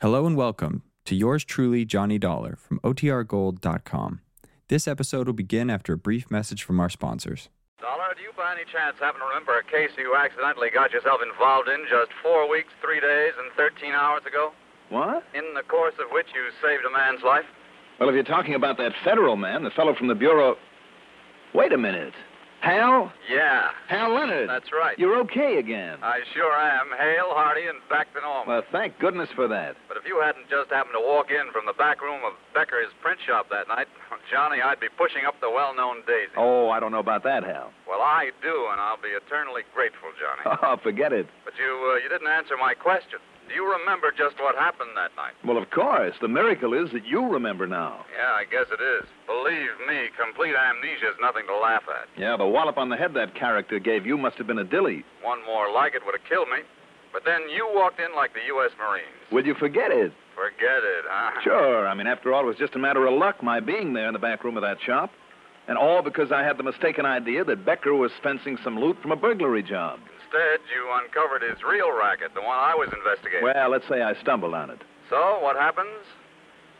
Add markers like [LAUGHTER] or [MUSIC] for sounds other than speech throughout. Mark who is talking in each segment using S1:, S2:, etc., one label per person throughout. S1: Hello and welcome to yours truly, Johnny Dollar from OTRGold.com. This episode will begin after a brief message from our sponsors.
S2: Dollar, do you by any chance happen to remember a case you accidentally got yourself involved in just four weeks, three days, and 13 hours ago?
S3: What?
S2: In the course of which you saved a man's life?
S3: Well, if you're talking about that federal man, the fellow from the Bureau. Wait a minute. Hal?
S2: Yeah,
S3: Hal Leonard.
S2: that's right.
S3: You're okay again.
S2: I sure am. Hale, hearty, and back to normal.
S3: Well, thank goodness for that.
S2: but if you hadn't just happened to walk in from the back room of Becker's print shop that night, [LAUGHS] Johnny, I'd be pushing up the well known daisy.
S3: [LAUGHS] Oh, I don't know about that, Hal.
S2: Well, I do, and I'll be eternally grateful, Johnny.
S3: Oh, forget it.
S2: but you, uh, you didn't answer my question. Do you remember just what happened that night?
S3: Well, of course. The miracle is that you remember now.
S2: Yeah, I guess it is. Believe me, complete amnesia is nothing to laugh at.
S3: Yeah, the wallop on the head that character gave you must have been a dilly.
S2: One more like it would have killed me. But then you walked in like the U.S. Marines.
S3: Will you forget it?
S2: Forget it, huh?
S3: Sure. I mean, after all, it was just a matter of luck, my being there in the back room of that shop. And all because I had the mistaken idea that Becker was fencing some loot from a burglary job.
S2: Instead, you uncovered his real racket, the one I was investigating.
S3: Well, let's say I stumbled on it.
S2: so, what happens?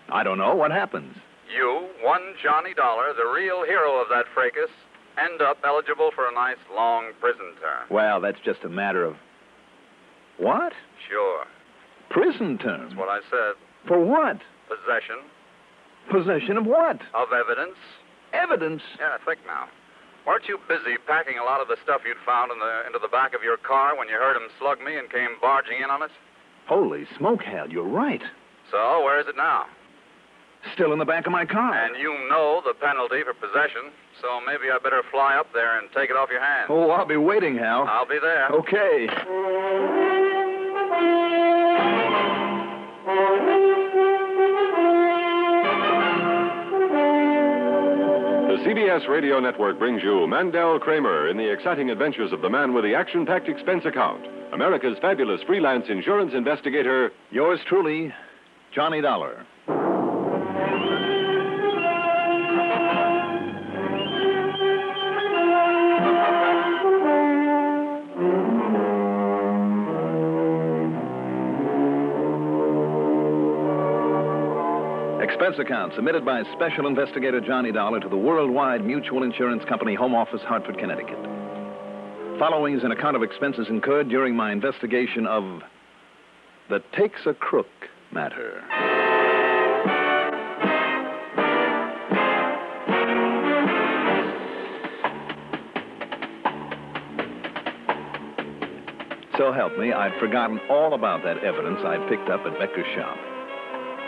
S3: I don't know. What happens?
S2: You, one Johnny Dollar, the real hero of that fracas, end up eligible for a nice long prison term.
S3: Well, that's just a matter of. What?
S2: Sure.
S3: Prison term?
S2: That's what I said.
S3: For what?
S2: Possession
S3: Possession of what?
S2: of evidence
S3: Evidence.
S2: Yeah, think now. Weren't you busy packing a lot of the stuff you'd found in the, into the back of your car when you heard him slug me and came barging in on us?
S3: Holy smoke, Hal, you're right.
S2: So, where is it now?
S3: Still in the back of my
S4: Oh.
S3: car.
S2: And you know the penalty for possession, so maybe I better fly up there and take it off your hands.
S3: Oh, I'll be waiting, Hal.
S2: I'll be there.
S4: Oh.
S3: Okay.
S5: The CBS Radio Network brings you Mandel Kramer in the exciting adventures of the man with the action packed expense account, America's fabulous freelance insurance investigator.
S3: Yours truly, Johnny Dollar. Expense account submitted by Special Investigator Johnny Dollar to the Worldwide Mutual Insurance Company Home Office, Hartford, Connecticut. Following is an account of expenses incurred during my investigation of the takes a crook matter. So help me, I'd forgotten all about that evidence I'd picked up at Becker's shop.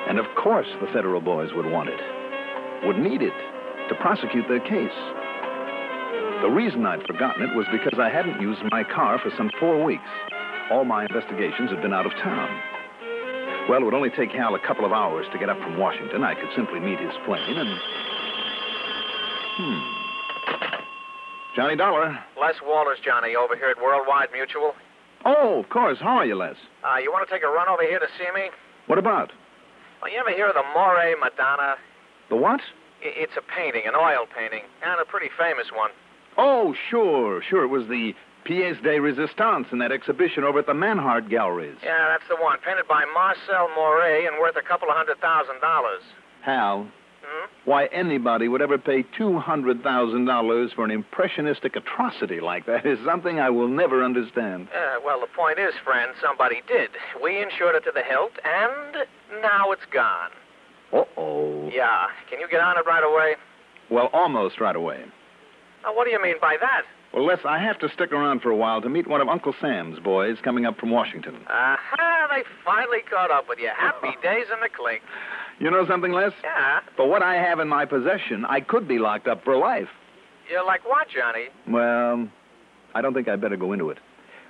S3: And of course, the federal boys would want it, would need it to prosecute their case. The reason I'd forgotten it was because I hadn't used my car for some four weeks. All my investigations had been out of town. Well, it would only take Hal a couple of hours to get up from Washington. I could simply meet his plane and. Hmm. Johnny Dollar.
S4: Les Walters, Johnny, over here at Worldwide Mutual.
S3: Oh, of course. How are you, Les?
S4: Uh, you want to take a run over here to see me?
S3: What about?
S4: Well, you ever hear of the Moray Madonna?
S3: The what?
S4: I- It's a painting, an oil painting, and a pretty famous one.
S3: Oh, sure, sure. It was the Pièce de Résistance in that exhibition over at the Manhart Galleries.
S4: Yeah, that's the one. Painted by Marcel Moray and worth a couple of hundred thousand dollars.
S3: Hal,
S4: Hmm?
S3: why anybody would ever pay $200,000 for an impressionistic atrocity like that is something I will never understand.
S4: Uh, well, the point is, friend, somebody did. We insured it to the hilt, and now it's gone.
S3: Uh-oh.
S4: Uh, Yeah. Can you get on it right away?
S3: Well, almost right away.
S4: Now, what do you mean by that?
S3: Well, Les, I have to stick around for a while to meet one of Uncle Sam's boys coming up from Washington.
S4: Aha, they finally caught up with you.
S2: [LAUGHS]
S4: Happy days in the clink.
S3: You know something, Les?
S4: Yeah.
S3: For what I have in my possession, I could be locked up for life.
S4: You're like what, Johnny?
S3: Well, I don't think I'd better go into it.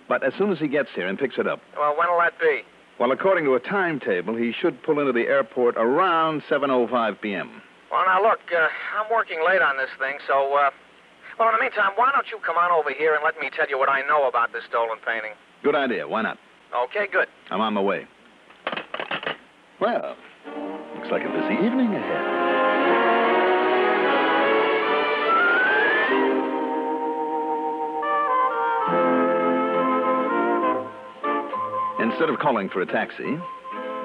S3: But as soon as he gets here and picks it up,
S4: Well, when'll that be?
S3: well, according to a timetable, he should pull into the airport around 7:05 p.m.
S4: Well, now look, uh, I'm working late on this thing, so uh, well, in the meantime, why don't you come on over here and let me tell you what I know about this stolen painting?
S3: Good idea. Why not?
S4: Okay, good.
S3: I'm on my way. Well, looks like a busy evening ahead. Instead of calling for a taxi,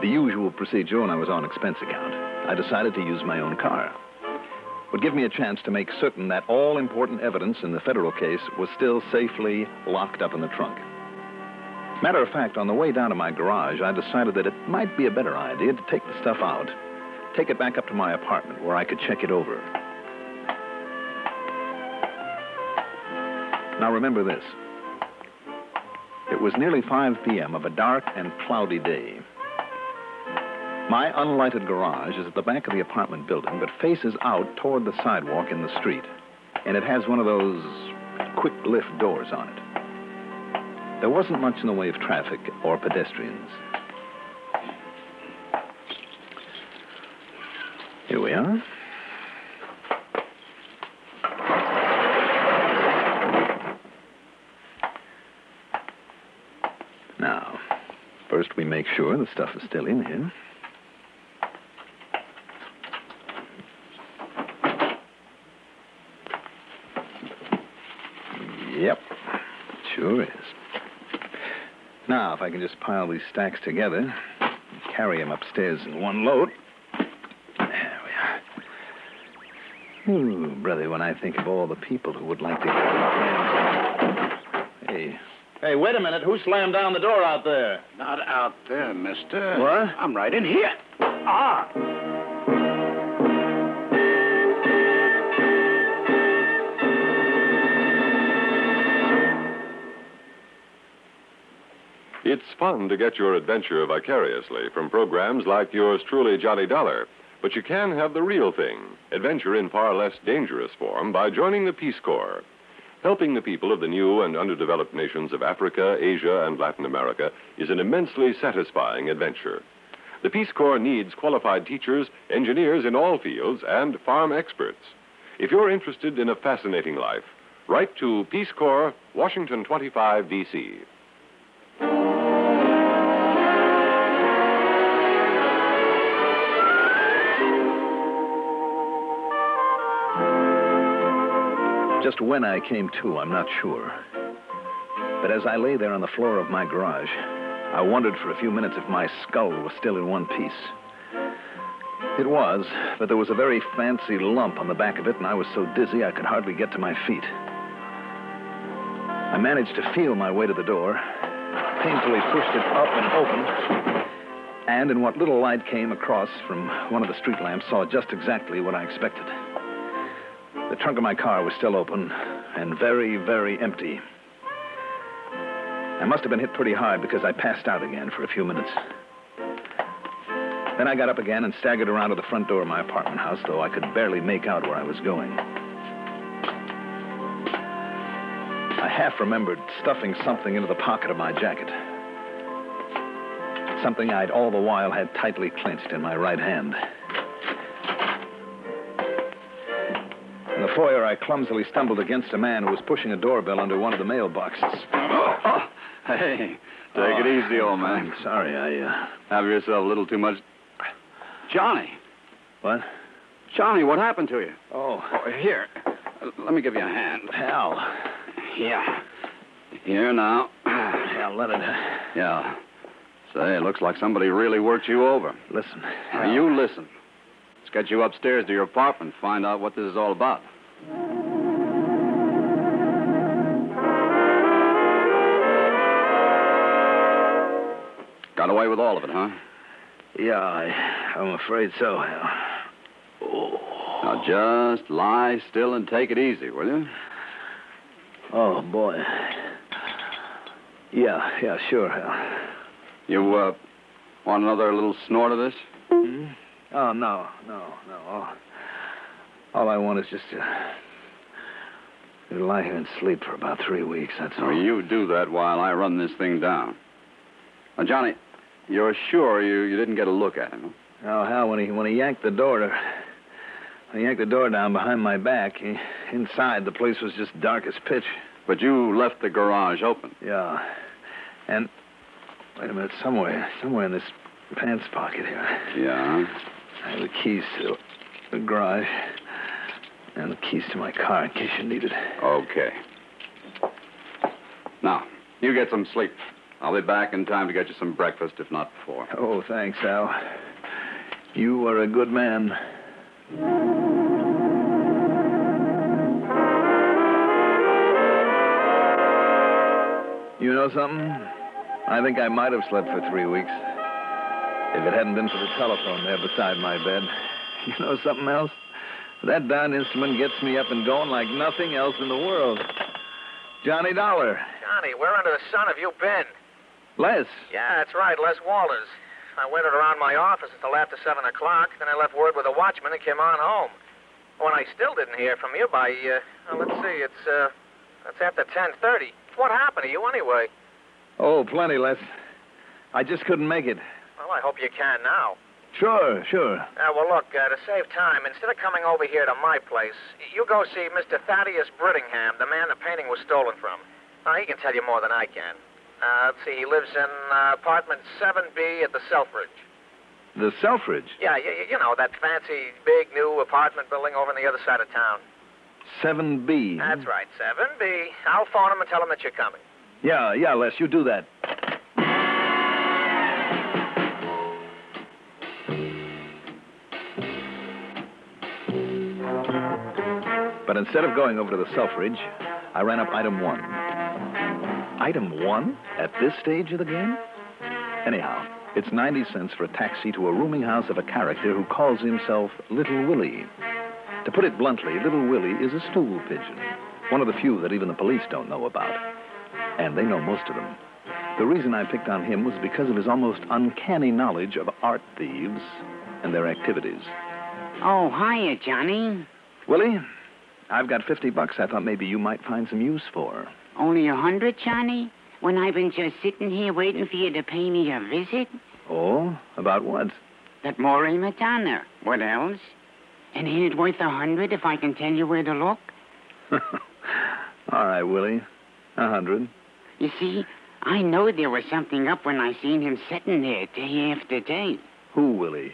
S3: The usual procedure when I was on expense account, I decided to use my own car. Would give me a chance to make certain that all important evidence in the federal case was still safely locked up in the trunk. Matter of fact, on the way down to my garage, I decided that it might be a better idea to take the stuff out, take it back up to my apartment where I could check it over. Now remember this. It was nearly 5 p.m. of a dark and cloudy day. My unlighted garage is at the back of the apartment building, but faces out toward the sidewalk in the street. And it has one of those quick lift doors on it. There wasn't much in the way of traffic or pedestrians. Here we are. Now, first we make sure the stuff is still in here. Yep, sure is. Now, if I can just pile these stacks together and carry them upstairs in one load. There we are. Ooh, brother, when I think of all the people who would like to get their hands on- Hey,
S6: Hey, wait a minute. Who slammed down the door out there?
S7: Not out there, mister.
S6: What?
S7: I'm right in here. Ah!
S5: It's fun to get your adventure vicariously from programs like yours truly, Johnny Dollar. But you can have the real thing adventure in far less dangerous form by joining the Peace Corps. Helping the people of the new and underdeveloped nations of Africa, Asia, and Latin America is an immensely satisfying adventure. The Peace Corps needs qualified teachers, engineers in all fields, and farm experts. If you're interested in a fascinating life, write to Peace Corps, Washington 25, D.C.
S3: Just when I came to, I'm not sure. But as I lay there on the floor of my garage, I wondered for a few minutes if my skull was still in one piece. It was, but there was a very fancy lump on the back of it, and I was so dizzy I could hardly get to my feet. I managed to feel my way to the door, painfully pushed it up and open, and in what little light came across from one of the street lamps, saw just exactly what I expected. The trunk of my car was still open and very, very empty. I must have been hit pretty hard because I passed out again for a few minutes. Then I got up again and staggered around to the front door of my apartment house, though I could barely make out where I was going. I half remembered stuffing something into the pocket of my jacket. Something I'd all the while had tightly clenched in my right hand. In the foyer, I clumsily stumbled against a man who was pushing a doorbell under one of the mailboxes.
S7: Oh, hey, take it easy, old man.
S3: I'm sorry, I, uh.
S7: Have yourself a little too much. Johnny,
S3: What?
S7: Johnny, what happened to you?
S3: Oh,
S7: Here, let me give you a hand.
S3: hell.
S7: Yeah. Here now.
S3: Hell, let it.
S7: Yeah. Say, it looks like somebody really worked you over.
S3: Listen.
S7: Now, you listen. Let's get you upstairs to your apartment and find out what this is all about. Got away with all of it, huh?
S3: Yeah, I, I'm afraid so, Hal.
S7: Now just lie still and take it easy, will you?
S3: Oh, boy. Yeah, yeah, sure, Hal.
S7: You uh, want another little snort of this?
S3: Oh, no, no, no. All, all I want is just to. to lie here and sleep for about three weeks, that's all.
S7: Now you do that while I run this thing down. Now, Johnny, you're sure you, you didn't get a look at him?
S3: Oh, Hal, when he when he yanked the door to, when he yanked the door down behind my back, he, inside the place was just dark as pitch.
S7: But you left the garage open.
S3: Yeah. And wait a minute, somewhere, somewhere in this pants pocket here,
S7: Yeah.
S3: I have the keys to the garage and the keys to my car in case you need it.
S7: Okay. Now, you get some sleep. I'll be back in time to get you some breakfast, if not before.
S3: Oh, thanks, Al. You are a good man. You know something? I think I might have slept for three weeks if it hadn't been for the telephone there beside my bed. [LAUGHS] You know something else? That darn instrument gets me up and going like nothing else in the world. Johnny Dollar,
S2: Johnny, where under the sun have you been?
S3: Les,
S2: Yeah, that's right, Les Walters. I waited around my office until after 7 o'clock. Then I left word with a watchman and came on home. When I still didn't hear from you by, uh, well, let's see, it's, uh, it's after 10.30. What happened to you anyway?
S3: Oh, plenty, Les. I just couldn't make it.
S2: Well, I hope you can now.
S3: Sure, sure.
S2: Uh, well, look, uh, to save time, instead of coming over here to my place, you go see Mr. Thaddeus Brittingham, the man the painting was stolen from. Uh, he can tell you more than I can. Uh, let's see, he lives in uh, apartment 7B at the Selfridge.
S3: The Selfridge,
S2: Yeah, you, you know, that fancy, big, new apartment building over on the other side of town.
S3: 7B.
S2: That's right, 7B. I'll phone him and tell him that you're coming.
S3: Yeah, yeah, Les, you do that. But instead of going over to the Selfridge, I ran up item one. Item one? At this stage of the game? Anyhow, it's 90 cents for a taxi to a rooming house of a character who calls himself Little Willie. To put it bluntly, Little Willie is a stool pigeon, one of the few that even the police don't know about. And they know most of them. The reason I picked on him was because of his almost uncanny knowledge of art thieves and their activities.
S8: Oh, hiya, Johnny.
S3: Willie, I've got 50 bucks I thought maybe you might find some use for.
S8: Only a hundred, Johnny? When I've been just sitting here waiting for you to pay me a visit?
S3: Oh, about what?
S8: That Moray Madonna. What else? And ain't it worth a hundred if I can tell you where to look?
S3: All right, Willie. A hundred.
S8: You see, I know there was something up when I seen him sitting there day after day.
S3: Who, Willie?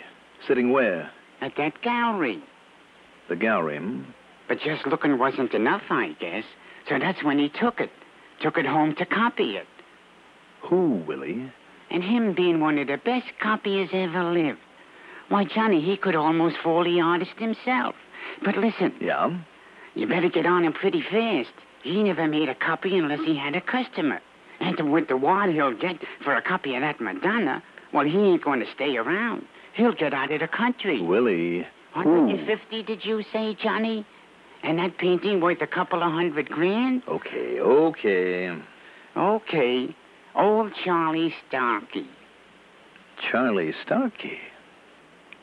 S3: Sitting where?
S8: At that gallery.
S3: The gallery. hmm?
S8: But just looking wasn't enough, I guess. So that's when he took it. Took it home to copy it.
S3: Who, Willie?
S8: And him being one of the best copiers ever lived. Why, Johnny, he could almost fool the artist himself. But listen,
S3: Yeah?
S8: you better get on him pretty fast. He never made a copy unless he had a customer. And the- with the wad he'll get for a copy of that Madonna, well, he ain't going to stay around. He'll get out of the country.
S3: Willie.
S8: 150, did you say, Johnny? And that painting worth a couple of hundred grand?
S3: Okay, okay.
S8: Okay. Old Charlie Starkey.
S3: Charlie Starkey.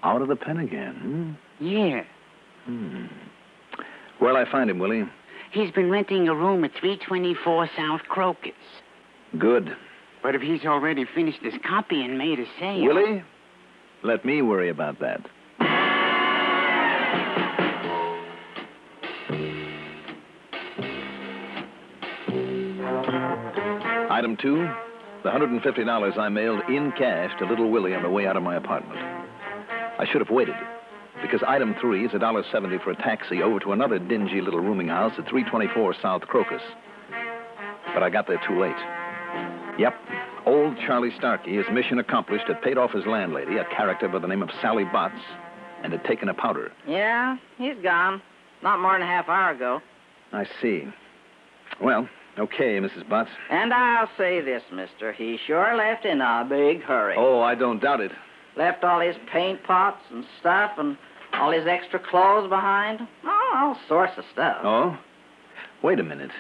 S3: Out of the pen again.
S8: Yeah.
S3: Hmm. Hmm. Where'll I find him, Willie?
S8: He's been renting a room at 324 South Crocus.
S3: Good.
S8: But if he's already finished his copy and made a sale.
S3: Willie, let me worry about that. Item two, the $150 I mailed in cash to little Willie on the way out of my apartment. I should have waited, because item three is $1.70 for a taxi over to another dingy little rooming house at 324 South Crocus. But I got there too late. Yep. Old Charlie Starkey, his mission accomplished, had paid off his landlady, a character by the name of Sally Botts, and had taken a powder.
S9: Yeah, he's gone. Not more than a half hour ago.
S3: I see. Well, okay, Mrs. Botts.
S9: And I'll say this, mister. He sure left in a big hurry.
S3: Oh, I don't doubt it.
S9: Left all his paint pots and stuff and all his extra clothes behind. Oh, all sorts of stuff.
S3: Oh? Wait a minute.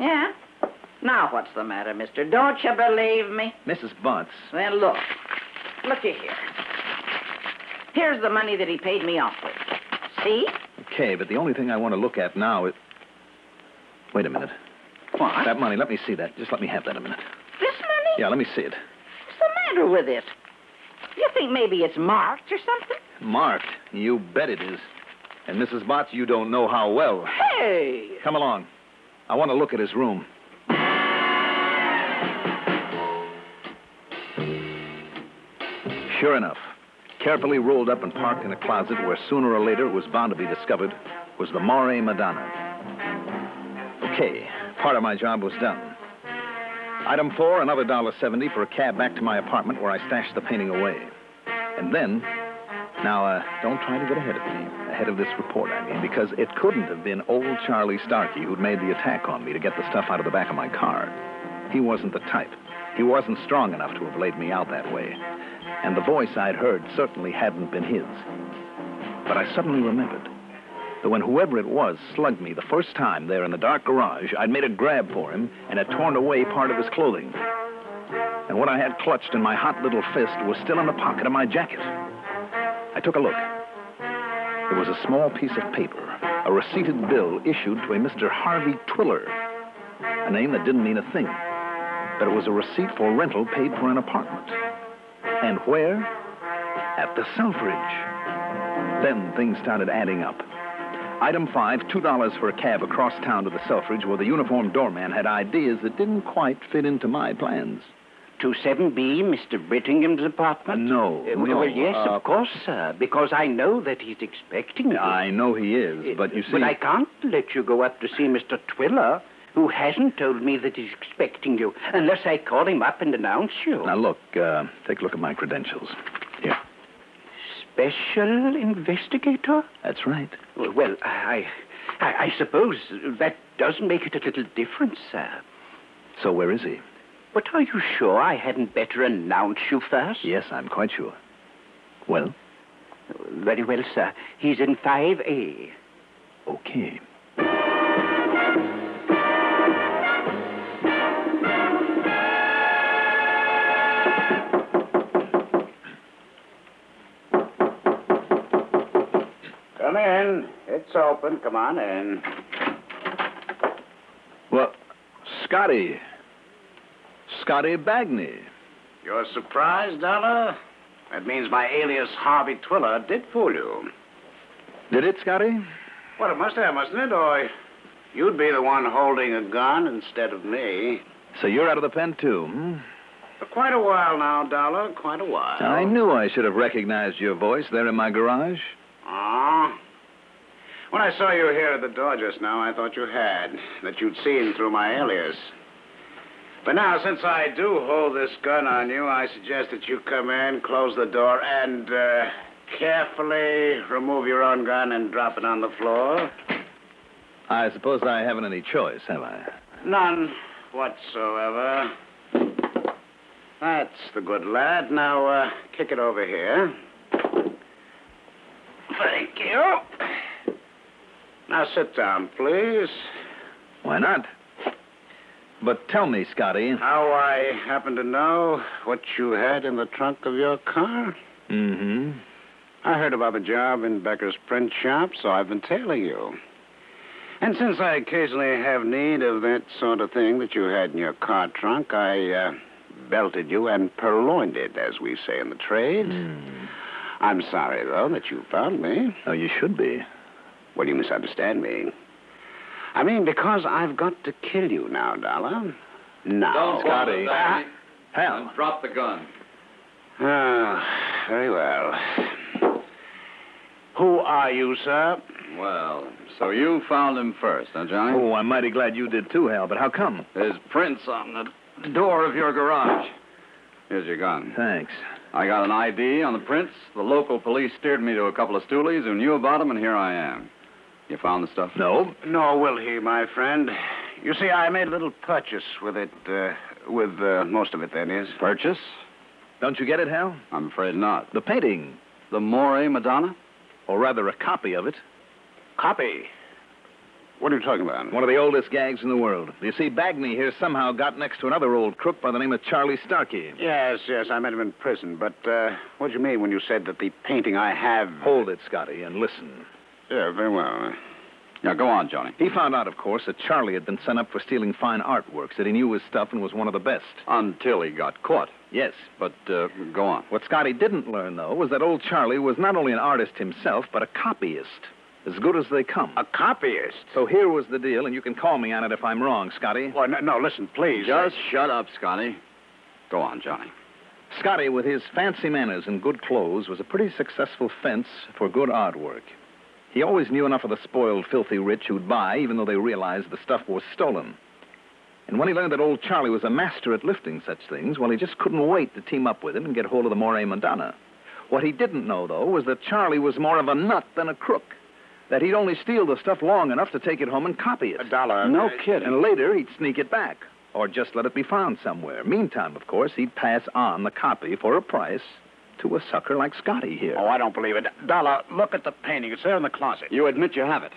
S9: Yeah? Now what's the matter, mister? Don't you believe me?
S3: Mrs. Botts.
S9: Then look. Looky here. Here's the money that he paid me off with. See?
S3: Okay, but the only thing I want to look at now is. Wait a minute.
S9: What?
S3: That money, let me see that. Just let me have that a minute.
S9: This money?
S3: Yeah, let me see it.
S9: What's the matter with it? You think maybe it's marked or something?
S3: Marked. You bet it is. And Mrs. Botts, you don't know how well.
S9: Hey!
S3: Come along. I want to look at his room. Sure enough, carefully rolled up and parked in a closet where sooner or later it was bound to be discovered was the Moray Madonna. Okay, part of my job was done. Item four, another dollar seventy for a cab back to my apartment where I stashed the painting away. And then, now uh, don't try to get ahead of me, ahead of this report, I mean, because it couldn't have been old Charlie Starkey who'd made the attack on me to get the stuff out of the back of my car. He wasn't the type. He wasn't strong enough to have laid me out that way. And the voice I'd heard certainly hadn't been his. But I suddenly remembered that when whoever it was slugged me the first time there in the dark garage, I'd made a grab for him and had torn away part of his clothing. And what I had clutched in my hot little fist was still in the pocket of my jacket. I took a look. It was a small piece of paper, a receipted bill issued to a Mr. Harvey Twiller, a name that didn't mean a thing, but it was a receipt for rental paid for an apartment. And where? At the Selfridge. Then things started adding up. Item five, $2 for a cab across town to the Selfridge, where the uniformed doorman had ideas that didn't quite fit into my plans.
S8: 27B, Mr. Brittingham's apartment?
S3: No.
S8: Uh, well,
S3: no,
S8: yes,
S3: uh,
S8: of course, sir, because I know that he's expecting me.
S3: I know he is, but you see.
S8: But I can't let you go up to see Mr. Twiller, who hasn't told me that he's expecting you, unless I call him up and announce you.
S3: Now, look, uh, take a look at my credentials. Here.
S8: Special investigator?
S3: That's right.
S8: Well, I, I, I suppose that does make it a little different, sir.
S3: So, where is he?
S8: But are you sure I hadn't better announce you first?
S3: Yes, I'm quite sure. Well,
S8: Very well, sir. He's in 5A.
S3: okay.
S7: Come in. It's open. Come on in.
S3: Well, Scotty. Scotty Bagney.
S7: You're surprised, Dollar? That means my alias Harvey Twiller did fool you.
S3: Did it, Scotty?
S7: Well, it must have, mustn't it? Or you'd be the one holding a gun instead of me.
S3: So you're out of the pen, too, hmm?
S7: For quite a while now, Dollar. Quite a while.
S3: I knew I should have recognized your voice there in my garage.
S7: Aw. When I saw you here at the door just now, I thought you had, that you'd seen through my alias. But now, since I do hold this gun on you, I suggest that you come in, close the door, and uh, carefully remove your own gun and drop it on the floor.
S3: I suppose I haven't any choice, have I?
S7: None whatsoever. That's the good lad. Now, uh, kick it over here. Thank you. Now, sit down, please.
S3: Why not? But tell me, Scotty.
S7: How I happen to know what you had in the trunk of your car?
S3: Mm hmm.
S7: I heard about the job in Becker's print shop, so I've been tailing you. And since I occasionally have need of that sort of thing that you had in your car trunk, I uh, belted you and purloined it, as we say in the trade. I'm sorry, though, that you found me.
S3: Oh, you should be.
S7: Well, you misunderstand me. I mean, because I've got to kill you now, Dollar. Now.
S10: Don't bother,
S3: Scotty.
S10: Bagney.
S3: Hell.
S10: Drop the gun.
S7: Ah, very well. Who are you, sir?
S10: Well, so you found him first, huh, Johnny?
S3: Oh, I'm mighty glad you did too, Hal, but how come?
S10: There's prints on the door of your garage. Here's your gun.
S3: Thanks.
S10: I got an ID on the prints. The local police steered me to a couple of stoolies who knew about them, and here I am. You found the stuff?
S3: No.
S7: Nor will he, my friend. You see, I made a little purchase with it, uh, with uh, most of it, that is.
S10: Purchase?
S3: Don't you get it, Hal?
S10: I'm afraid not.
S3: The painting,
S10: The Moray Madonna?
S3: or rather a copy of it,
S7: Copy. What are you talking about?
S3: one of the oldest gags in the world. You see, Bagney here somehow got next to another old crook by the name of Charlie Starkey.
S7: Yes, yes, I met him in prison, but uh, what do you mean when you said that the painting I have.
S3: Hold it, Scotty, and listen.
S7: Yeah, very well.
S10: Now, go on, Johnny.
S3: He found out, of course, that Charlie had been sent up for stealing fine artworks, that he knew his stuff and was one of the best.
S10: Until he got caught.
S3: Yes.
S10: But uh, go on.
S3: What Scotty didn't learn, though, was that old Charlie was not only an artist himself, but a copyist. As good as they come.
S7: A copyist?
S3: So here was the deal, and you can call me on it if I'm wrong, Scotty.
S7: Well, no, no, listen, please.
S10: Just shut up, Scotty. Go on, Johnny.
S3: Scotty, with his fancy manners and good clothes, was a pretty successful fence for good artwork. He always knew enough of the spoiled, filthy rich who'd buy, even though they realized the stuff was stolen. And when he learned that old Charlie was a master at lifting such things, well, he just couldn't wait to team up with him and get hold of the Moray Madonna. What he didn't know, though, was that Charlie was more of a nut than a crook. That he'd only steal the stuff long enough to take it home and copy it. A
S7: dollar.
S3: No kidding. And later he'd sneak it back, or just let it be found somewhere. Meantime, of course, he'd pass on the copy for a price to a sucker like Scotty here.
S7: Oh, I don't believe it. Dollar, look at the painting. It's there in the closet.
S10: You admit you have it.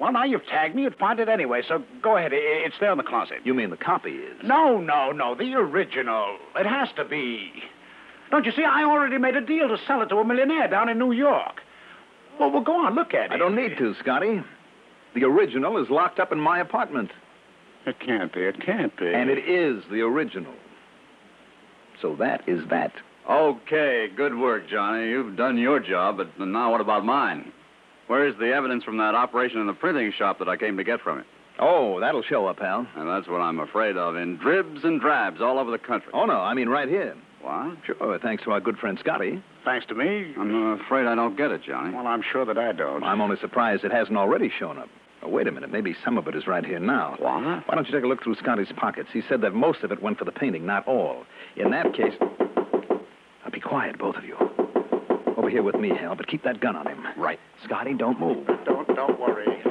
S7: Well, now you've tagged me. You'd find it anyway, so go ahead. I- I- It's there in the closet.
S3: You mean the copy is?
S7: No, no, no. The original. It has to be. Don't you see? I already made a deal to sell it to a millionaire down in New York. Well, well, go on. Look at it.
S3: I don't need to, Scotty. The original is locked up in my apartment.
S7: It can't be. It can't be.
S3: And it is the original. So that is that.
S10: Okay, good work, Johnny. You've done your job, but now what about mine? Where is the evidence from that operation in the printing shop that I came to get from it?
S3: Oh, that'll show up, pal.
S10: And that's what I'm afraid of in dribs and drabs all over the country.
S3: Oh, no, I mean right here.
S10: What?
S3: Sure, thanks to our good friend Scotty.
S7: Thanks to me.
S10: I'm uh, afraid I don't get it, Johnny.
S7: Well, I'm sure that I don't.
S3: I'm only surprised it hasn't already shown up. Oh, wait a minute, maybe some of it is right here now.
S10: What?
S3: Why don't you take a look through Scotty's pockets? He said that most of it went for the painting, not all. In that case. Now be quiet, both of you. Over here with me, Hal, but keep that gun on him.
S10: Right.
S3: Scotty, don't move.
S7: Don't, don't worry.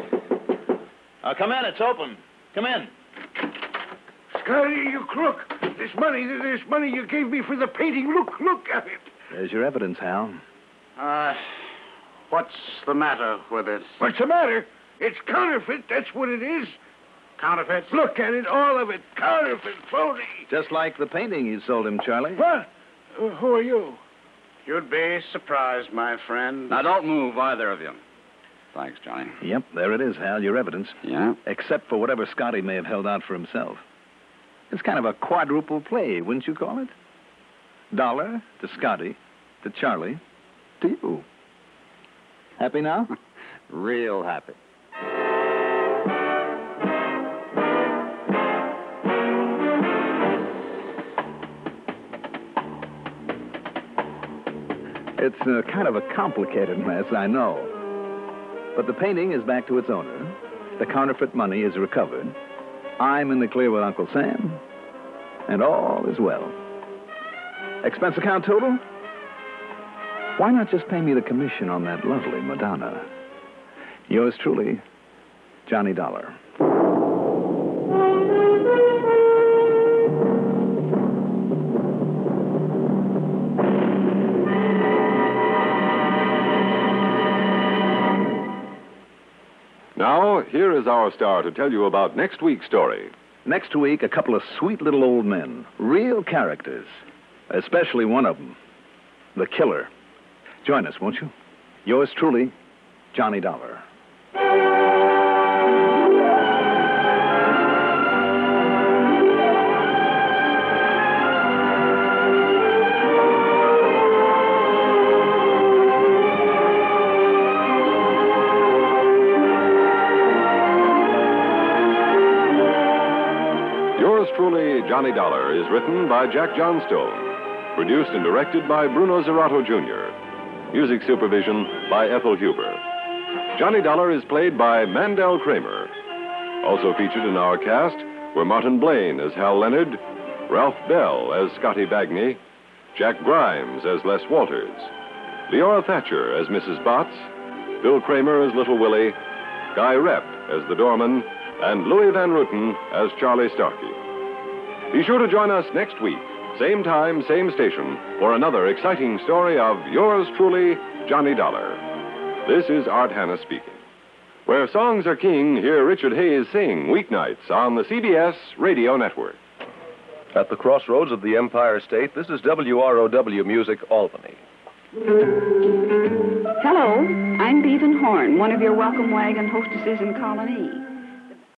S11: Uh, come in. It's open. Come in.
S7: Scotty, you crook. This money, this money you gave me for the painting. Look, look at it.
S3: There's your evidence, Hal.
S7: Uh, what's the matter with it? What's the matter? It's counterfeit. That's what it is. Counterfeit? Look at it, all of it. Counterfeit, phony.
S3: Just like the painting you sold him, Charlie.
S7: What? Uh, who are you? You'd be surprised, my friend.
S10: Now, don't move, either of you. Thanks, Johnny.
S3: Yep, there it is, Hal, your evidence.
S10: Yeah?
S3: Except for whatever Scotty may have held out for himself. It's kind of a quadruple play, wouldn't you call it? Dollar to Scotty, to Charlie, to you. Happy now?
S10: Real happy.
S3: It's uh, kind of a complicated mess, I know. But the painting is back to its owner. The counterfeit money is recovered. I'm in the clear with Uncle Sam. And all is well. Expense account total? Why not just pay me the commission on that lovely Madonna? Yours truly, Johnny Dollar.
S5: Now, here is our star to tell you about next week's story.
S3: Next week, a couple of sweet little old men, real characters, especially one of them, the killer. Join us, won't you? Yours truly, Johnny Dollar.
S5: Yours truly, Johnny Dollar, is written by Jack Johnstone. Produced and directed by Bruno Zerato Jr. Music supervision by Ethel Huber. Johnny Dollar is played by Mandel Kramer. Also featured in our cast were Martin Blaine as Hal Leonard, Ralph Bell as Scotty Bagney, Jack Grimes as Les Walters, Leora Thatcher as Mrs. Botts, Bill Kramer as Little Willie, Guy Rep as the doorman, and Louis Van Ruten as Charlie Starkey. Be sure to join us next week, same time, same station, for another exciting story of yours truly, Johnny Dollar. This is Art Hanna speaking. Where songs are king, hear Richard Hayes sing weeknights on the CBS Radio Network.
S12: At the crossroads of the Empire State, this is WROW Music, Albany.
S13: Hello, I'm Bevan Horn, one of your welcome wagon hostesses in Colony.